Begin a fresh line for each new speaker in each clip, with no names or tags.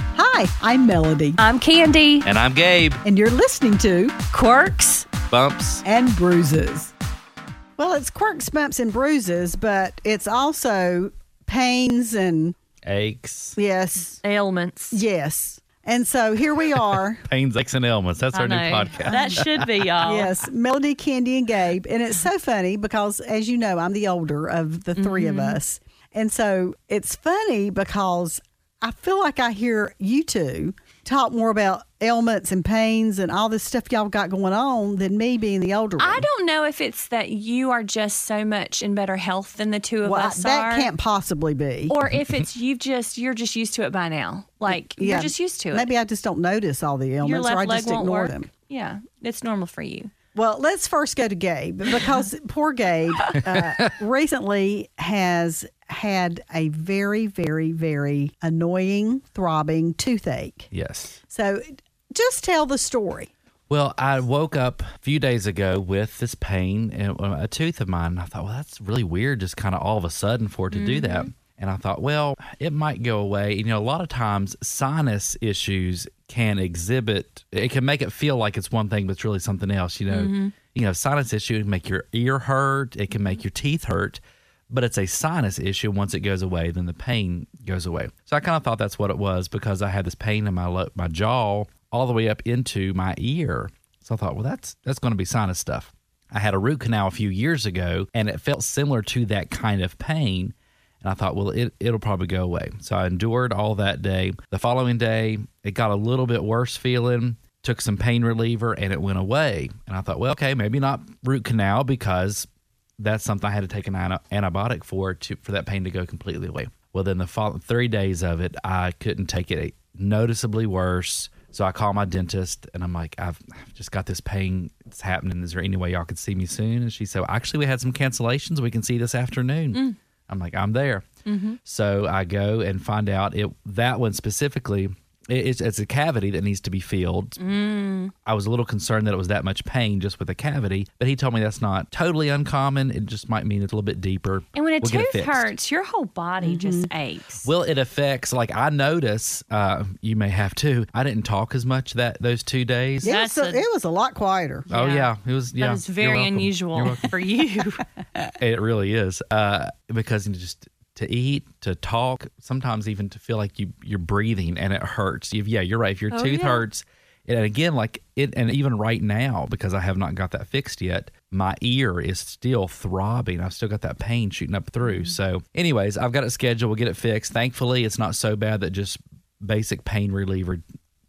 Hi, I'm Melody,
I'm Candy.
And I'm Gabe.
and you're listening to
Quirks.
Bumps.
And Bruises. Well, it's quirks, bumps, and bruises, but it's also pains and
Aches.
yes,
Ailments.
yes. And so here we are.
Pains, aches, and ailments. That's our new podcast.
That should be y'all.
Yes, Melody, Candy, and Gabe. And it's so funny because, as you know, I'm the older of the 3 of us. And so it's funny because I feel like I hear you two talk more about ailments and pains and all this stuff y'all got going on than me being the older one.
I don't know if it's that you are just so much in better health than the two of
Well, I-
us
that
are.
can't possibly be.
or if it's you've just you're just used to it by now. Like you're just used to it.
Maybe I just don't notice all the
Your
ailments
left
or I
leg
just
won't
ignore
work.
them.
Yeah, it's normal for you.
Well, let's first go to Gabe because poor Gabe uh, recently has had a very, very, very annoying, throbbing toothache.
Yes.
So just tell the story.
Well, I woke up a few days ago with this pain in uh, a tooth of mine. And I thought, well, that's really weird, just kind of all of a sudden for it to do that. And I thought, well, it might go away. You know, a lot of times sinus issues can exhibit, it can make it feel like it's one thing, but it's really something else. You know, you know, sinus issue can make your ear hurt, it can make your teeth hurt. but it's a sinus issue. Once it goes away, then the pain goes away. So I kind of thought that's what it was because I had this pain in my lo- my jaw all the way up into my ear. So I thought, well, that's that's going to be sinus stuff. I had a root canal a few years ago, and it felt similar to that kind of pain. And I thought, well, it, it'll probably go away. So I endured all that day. The following day, it got a little bit worse feeling, took some pain reliever, and it went away. And I thought, well, okay, maybe not root canal because that's something I had to take an ana- antibiotic for to for that pain to go completely away. Well, then the fall, three days of it, I couldn't take it. Noticeably worse. So I called my dentist and I'm like, I've I've just got this pain. It's happening. Is there any way y'all could see me soon? And she said, actually, we had some cancellations. We can see this afternoon. I'm like, I'm there. So I go and find out it that one specifically. It, it's, it's a cavity that needs to be filled. I was a little concerned that it was that much pain just with a cavity, but he told me that's not totally uncommon. It just might mean it's a little bit deeper.
And when a
We'll get it
tooth
fixed.
hurts, your whole body
Mm-hmm.
just aches.
Well, it affects. Like I notice, uh, you may have too. I didn't talk as much that those two days.
It was,
That's
a,
a-
it was a lot quieter.
Oh
Yeah.
yeah, it was. Yeah,
that is
You're
very
welcome. You're
unusual
welcome.
for you.
It really is. Uh, because you just to eat, to talk, sometimes even to feel like you you're breathing and it hurts. you yeah, you're right. If your tooth
Oh, yeah.
hurts, and again, like it, and even right now because I have not got that fixed yet, my ear is still throbbing. I've still got that pain shooting up
Mm-hmm.
through. So, anyways, I've got it scheduled. We'll get it fixed. Thankfully, it's not so bad that just basic pain reliever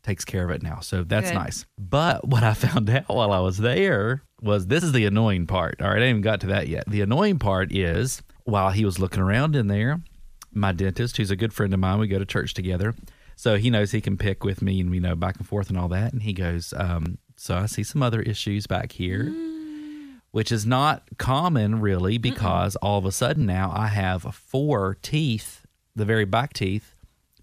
takes care of it now. So that's
Good.
nice. But what I found out while I was there was this is the annoying part. All right, I haven't even got to that yet. The annoying part is while he was looking around in there, my dentist, who's a good friend of mine, we go to church together. So he knows he can pick with me and we know back and forth and all that. And he goes, um, So I see some other issues back here, which is not common really because all of a sudden now I have four teeth, the very back teeth,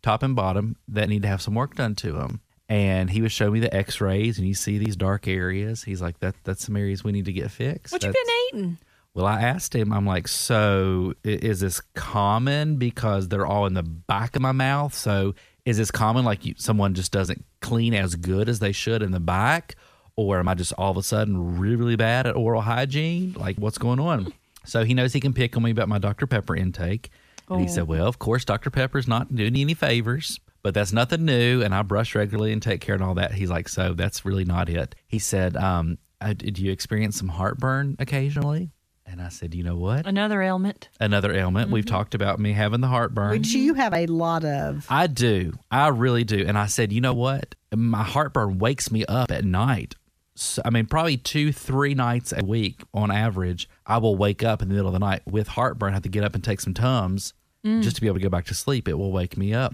top and bottom, that need to have some work done to them. And he was showing me the x rays and you see these dark areas. He's like, that, That's some areas we need to get fixed.
what you
That's-
been eating?
well, I asked him, I'm like, so i- is this common because they're all in the back of my mouth? So is this common like you, someone just doesn't clean as good as they should in the back? Or am I just all of a sudden really, really bad at oral hygiene? Like, what's going on? So he knows he can pick on me about my Dr. Pepper intake. And he said, well, of course, Dr. Pepper's not doing you any favors, but that's nothing new. And I brush regularly and take care and all that. He's like, so that's really not it. He said, um, uh, did you experience some heartburn occasionally? And I said, you know what?
Another ailment.
Another ailment. We've talked about me having the heartburn.
Which you have a lot of.
I do. I really do. And I said, you know what? My heartburn wakes me up at night. So, I mean, probably two, three nights a week on average, I will wake up in the middle of the night with heartburn. I have to get up and take some Tums just to be able to go back to sleep. It will wake me up.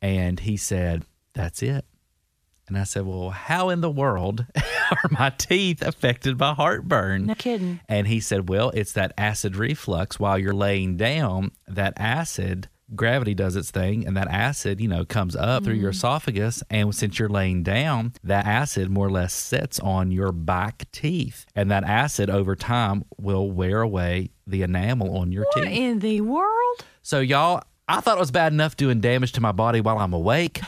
And he said, that's it. And I said, well, how in the world are my teeth affected by heartburn?
No kidding.
And he said, Well, it's that acid reflux. While you're laying down, that acid, gravity does its thing, and that acid, you know, comes up through your esophagus. And since you're laying down, that acid more or less sits on your back teeth. And that acid over time will wear away the enamel on your
What
teeth.
in the world?
so, y'all, I thought it was bad enough doing damage to my body while I'm awake.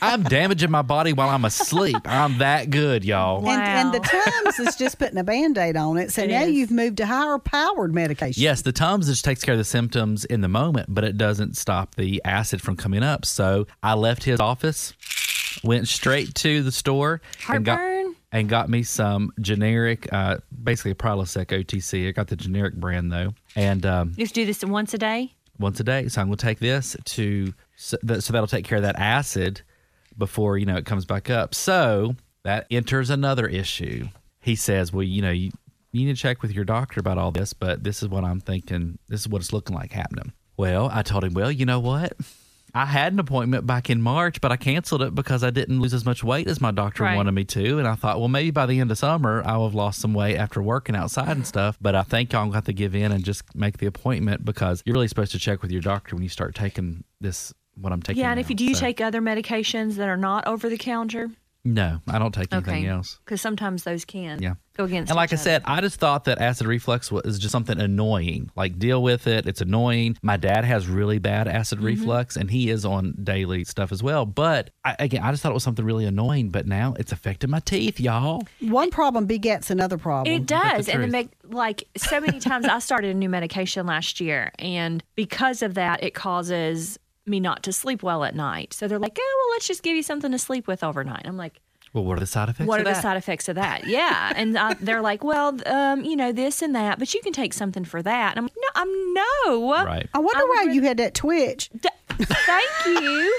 I'm damaging my body while I'm asleep. I'm that good, y'all.
And, and the
Wow.
Tums is just putting a band aid on it. So
It
now
is.
you've moved to higher powered medication.
Yes, the Tums just takes care of the symptoms in the moment, but it doesn't stop the acid from coming up. So I left his office, went straight to the store, and got
Heartburn?
and got me some generic, uh, basically a Prilosec OTC. I got the generic brand though, and um,
You have to do this once a day.
once a day. So I'm going to take this to so, that, so that'll take care of that acid before you know it comes back up. So that enters another issue. He says, "Well, you know, you, you need to check with your doctor about all this, but this is what I'm thinking. This is what it's looking like happening." Well, I told him, "Well, you know what." I had an appointment back in March, but I canceled it because I didn't lose as much weight as my doctor
Right.
wanted me to. And I thought, well, maybe by the end of summer, I will have lost some weight after working outside and stuff. But I think I'm going to have to give in and just make the appointment because you're really supposed to check with your doctor when you start taking this, what I'm taking.
Yeah, and if
now.
you do you
So-
take other medications that are not over the counter,
No, I don't take anything else.
because sometimes those can
Yeah.
go against.
And like
each
I
other.
said, I just thought that acid reflux was just something annoying. Like deal with it. It's annoying. My dad has really bad acid
Mm-hmm.
reflux, and he is on daily stuff as well. But I, again, I just thought it was something really annoying. But now it's affecting my teeth, y'all.
One problem begets another problem.
It does, and the
truth.
make like so many times I started a new medication last year, and because of that, it causes me not to sleep well at night. So they're like, "Oh, well, let's just give you something to sleep with overnight." I'm like,
Well, what are the side effects?
"What are
of
the
that?
side effects of that?" Yeah, and I, they're like, "Well, um, you know, this and that, but you can take something for that." And I'm like, "No, I'm no,
Right.
I wonder why you had that twitch.
D- Thank you.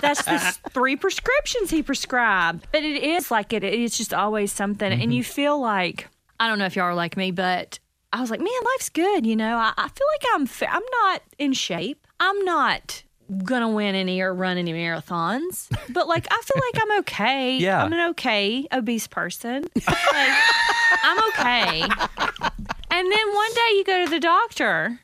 That's the s- three prescriptions he prescribed. But it is like it. It's just always something, and you feel like I don't know if y'all are like me, but I was like, man, life's good. You know, I, I feel like I'm. Fa- I'm not in shape. I'm not gonna win any or run any marathons. But like, I feel like I'm okay.
Yeah.
I'm an okay obese person. Like, I'm okay. And then one day you go to the doctor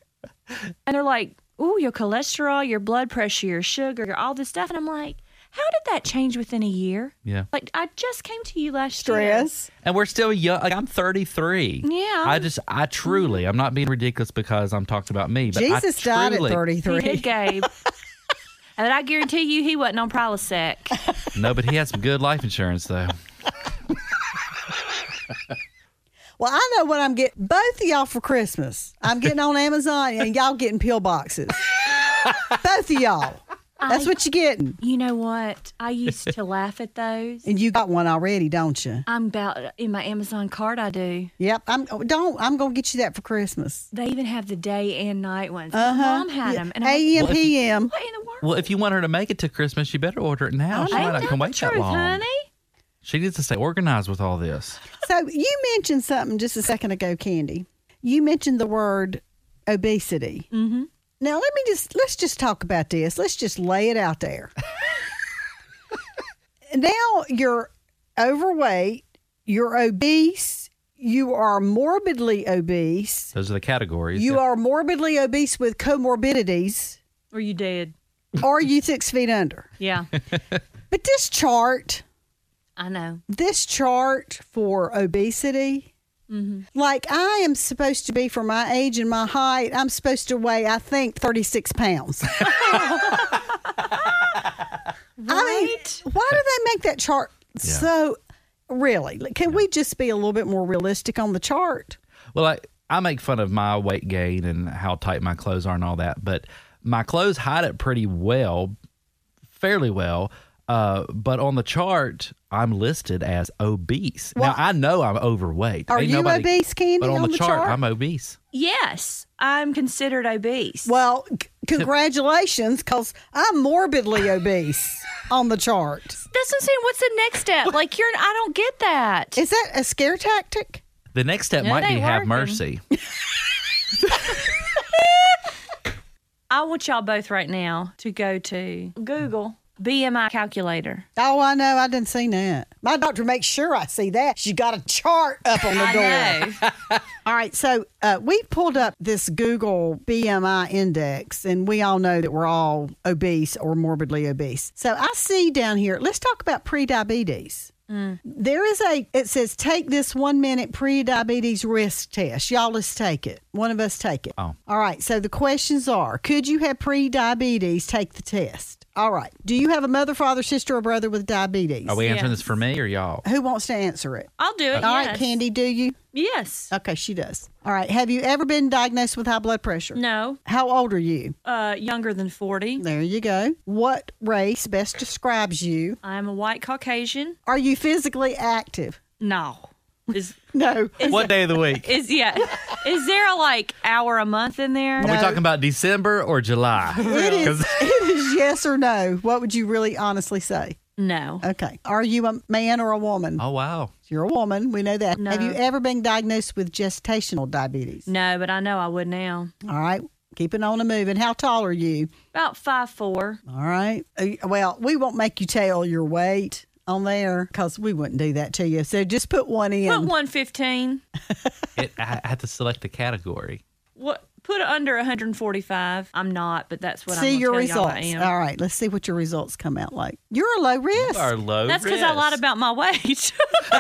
and they're like, "Ooh, your cholesterol, your blood pressure, your sugar, your all this stuff." And I'm like, "How did that change within a year?"
Yeah.
Like I just came to you last
Stress.
And we're still young. Like I'm 33.
Yeah.
I just, I truly, I'm not being ridiculous because I'm talking about me. But I
Jesus died at
truly-
33.
year. He did, Gabe. and I guarantee you, he wasn't on Prilosec.
No, but he had some good life insurance though.
Well, I know what I'm getting both of y'all for Christmas. I'm getting on Amazon and y'all getting pill boxes. both of y'all. That's what you're getting.
You know what? I used to laugh at those.
And you got one already, don't you?
I'm about in my Amazon cart. I do.
Yep. I'm don't I'm gonna get you that for Christmas.
They even have the day and night ones. My Mom had them, and I'm like,
AM
Well, if you-
PM.
what in the world?
Well, if you want her to make it to Christmas, you better order it now. She might
Ain't
not
that
can
Oh, the
wait that
truth,
long.
honey?
She needs to stay organized with all this.
So you mentioned something just a second ago, Candy. You mentioned the word obesity. Mm-hmm. Now let me just let's just talk about this. Let's just lay it out there. now you're overweight, you're obese, you are morbidly obese,
Those are the categories.
you are morbidly obese with comorbidities,
Or you did?
or you six feet under.
Yeah,
But this chart
I know.
this chart for obesity.
Mm-hmm.
Like I am supposed to be for my age and my height, I'm supposed to weigh I think 36 pounds. I mean, why do they make that chart so really? like, Can we just be a little bit more realistic on the chart?
Well, I, I make fun of my weight gain and how tight my clothes are and all that, but my clothes hide it pretty well, fairly well. Uh, but on the chart, I'm listed as obese. now I know I'm overweight.
Are
Ain't
you
nobody-
obese, Candy,
But on, the, chart,
chart?
I'm obese.
Yes, I'm considered obese.
Well, c- congratulations cuz I'm morbidly obese on the chart.
That's what I'm saying. What's the next step? Like you're, I don't get that.
Is that a scare tactic?
The next step
No,
might
they
be
working.
have mercy.
I want y'all both right now to go to Google BMI calculator.
Oh, I know. I didn't see that. My doctor makes sure I see that. She got a chart up on the
I
door.
know.
All right. So uh, we pulled up this Google BMI index, and we all know that we're all obese or morbidly obese. So I see down here, let's talk about prediabetes. There is a, it says, take this one minute pre diabetes risk test. Y'all just take it. One of us take it.
Oh.
All right. So the questions are could you have pre diabetes? Take the test. All right. Do you have a mother, father, sister, or brother with diabetes?
Are we answering
Yeah.
this for me or y'all?
Who wants to answer it?
I'll do it.
All right,
yes.
Candy, Uh, do you?
Yes.
Okay, she does. All right. Have you ever been diagnosed with high blood pressure?
No.
How old are you?
Uh, younger than 40.
There you go. What race best describes you?
I'm a white Caucasian.
Are you physically active?
No. Is
No.
What day of the week?
is yeah? is there a like hour a month in there?
Are we
No.
talking about December or July?
It is,
'Cause-
it is yes or no. What would you really honestly say?
No.
Okay. Are you a man or a woman?
Oh wow.
You're a woman. We know that.
No.
Have you ever been diagnosed with gestational diabetes?
No, but I know I would now.
All right. Keeping on the move. And how tall are you?
About five four.
All right. Uh, Well, we won't make you tell your weight on there because we wouldn't do that to you. So just put one in.
Put one fifteen.
It, I I had to select the category.
What? Put it under 145. I'm not, but that's what I'm
see
gonna
your
tell y'all
results.
I am.
All right, let's see what your results come out like. You're a low risk.
Our low
That's because I lied
risk.
about my weight. Go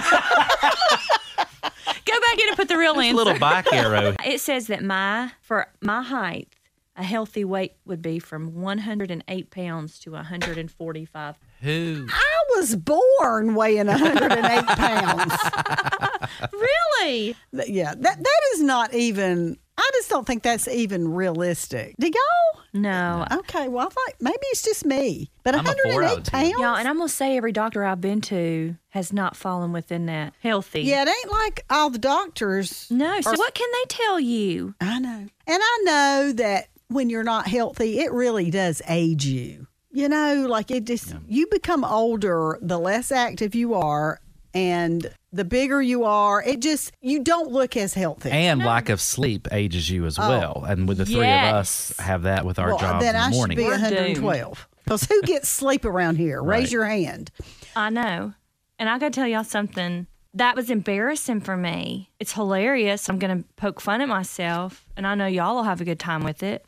back in and put the real
Just
answer.
a little back arrow.
It says that my for my height, a healthy weight would be from 108 pounds to 145.
Who?
I was born weighing 108 pounds.
really?
Th- yeah, that that is not even. I just don't think that's even realistic. Do y'all?
No.
Okay, well, I thought maybe it's just me, but
I'm a four out of
108
ten.
pounds.
Y'all, and I'm gonna say every doctor I've been to has not fallen within that healthy.
Yeah, it ain't like all the doctors.
No. So what can they tell you?
I know, and I know that when you're not healthy, it really does age you. You know, like it just you become older the less active you are, and the bigger you are. It just you don't look as healthy.
And lack of sleep ages you as well. And with the three of us
Oh, Yes.
have that with our jobs
then
in the
I
morning.
should be
We're
112. Because who gets sleep around here? Raise your hand.
I know. And I gotta tell y'all something. That was embarrassing for me. It's hilarious. I'm gonna poke fun at myself, and I know y'all will have a good time with it.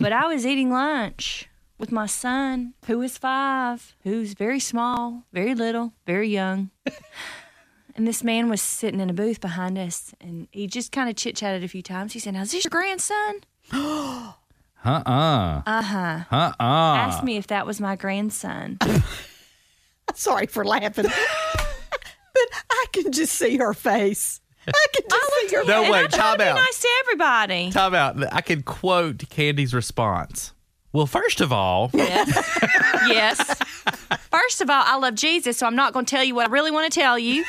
but I was eating lunch with my son, who is five, who's very small, very little, very young. and this man was sitting in a booth behind us, and he just kind of chit chatted a few times. He said, "Now is this your grandson?" Uh-huh.
Uh uh. Uh huh. Uh uh.
Asked me if that was my grandson.
Sorry for laughing. but I can just see her face. I can just see her
No
and I
way.
tried to
Time
be
out.
nice to everybody.
Time out. I could quote Candy's response. Well, first of all,
Yes. yes. First of all, I love Jesus, so I'm not going to tell you what I really want to tell you.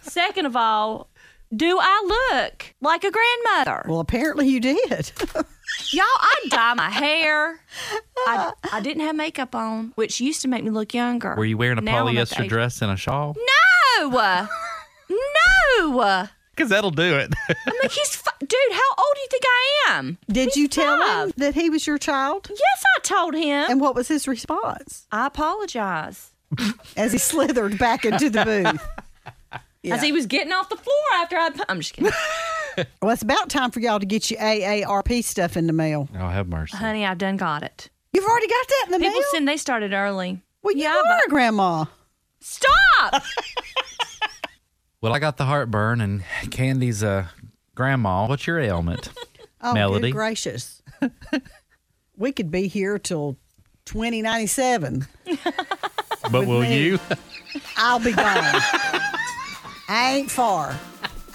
Second of all, do I look like a grandmother?
Well, apparently you did.
Y'all, I dye my hair. I, I didn't have makeup on, which used to make me look younger.
were you wearing a
Now I'm at the
polyester
age-
dress and a shawl?
No! No!
Because that'll do it.
Like he's, fi- dude. How old do you think I am?
Did you tell him
five.
that he was your child?
Yes, I told him.
And what was his response
I apologize.
as he slithered back into the booth?
As he was getting off the floor after I, I'm just kidding.
Well, it's about time for y'all to get your AARP stuff in the mail.
oh, have mercy.
Honey, I've done got it.
You've already got that in the
People
mail?
send they started early.
well, you
Yeah,
are,
but-
Grandma.
Stop!
Well, I got the heartburn, and Candy's uh, grandma. What's your ailment?
Oh,
Melody.
good gracious. we could be here till 2097.
but will
me.
you?
I'll be gone. I ain't far.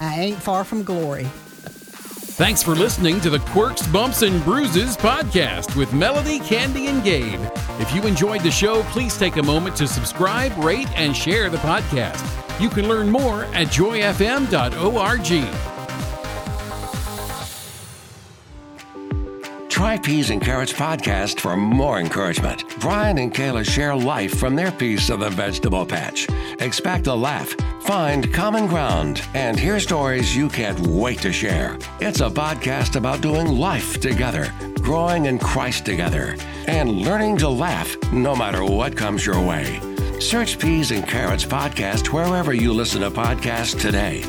I ain't far from glory.
Thanks for listening to the Quirks, Bumps, and Bruises podcast with Melody, Candy, and Gabe. If you enjoyed the show, please take a moment to subscribe, rate, and share the podcast. You can learn more at joyfm.org.
Try Peas and Carrots Podcast for more encouragement. Brian and Kayla share life from their piece of the vegetable patch. Expect a laugh, find common ground, and hear stories you can't wait to share. It's a podcast about doing life together, growing in Christ together, and learning to laugh no matter what comes your way. Search Peas and Carrots Podcast wherever you listen to podcasts today.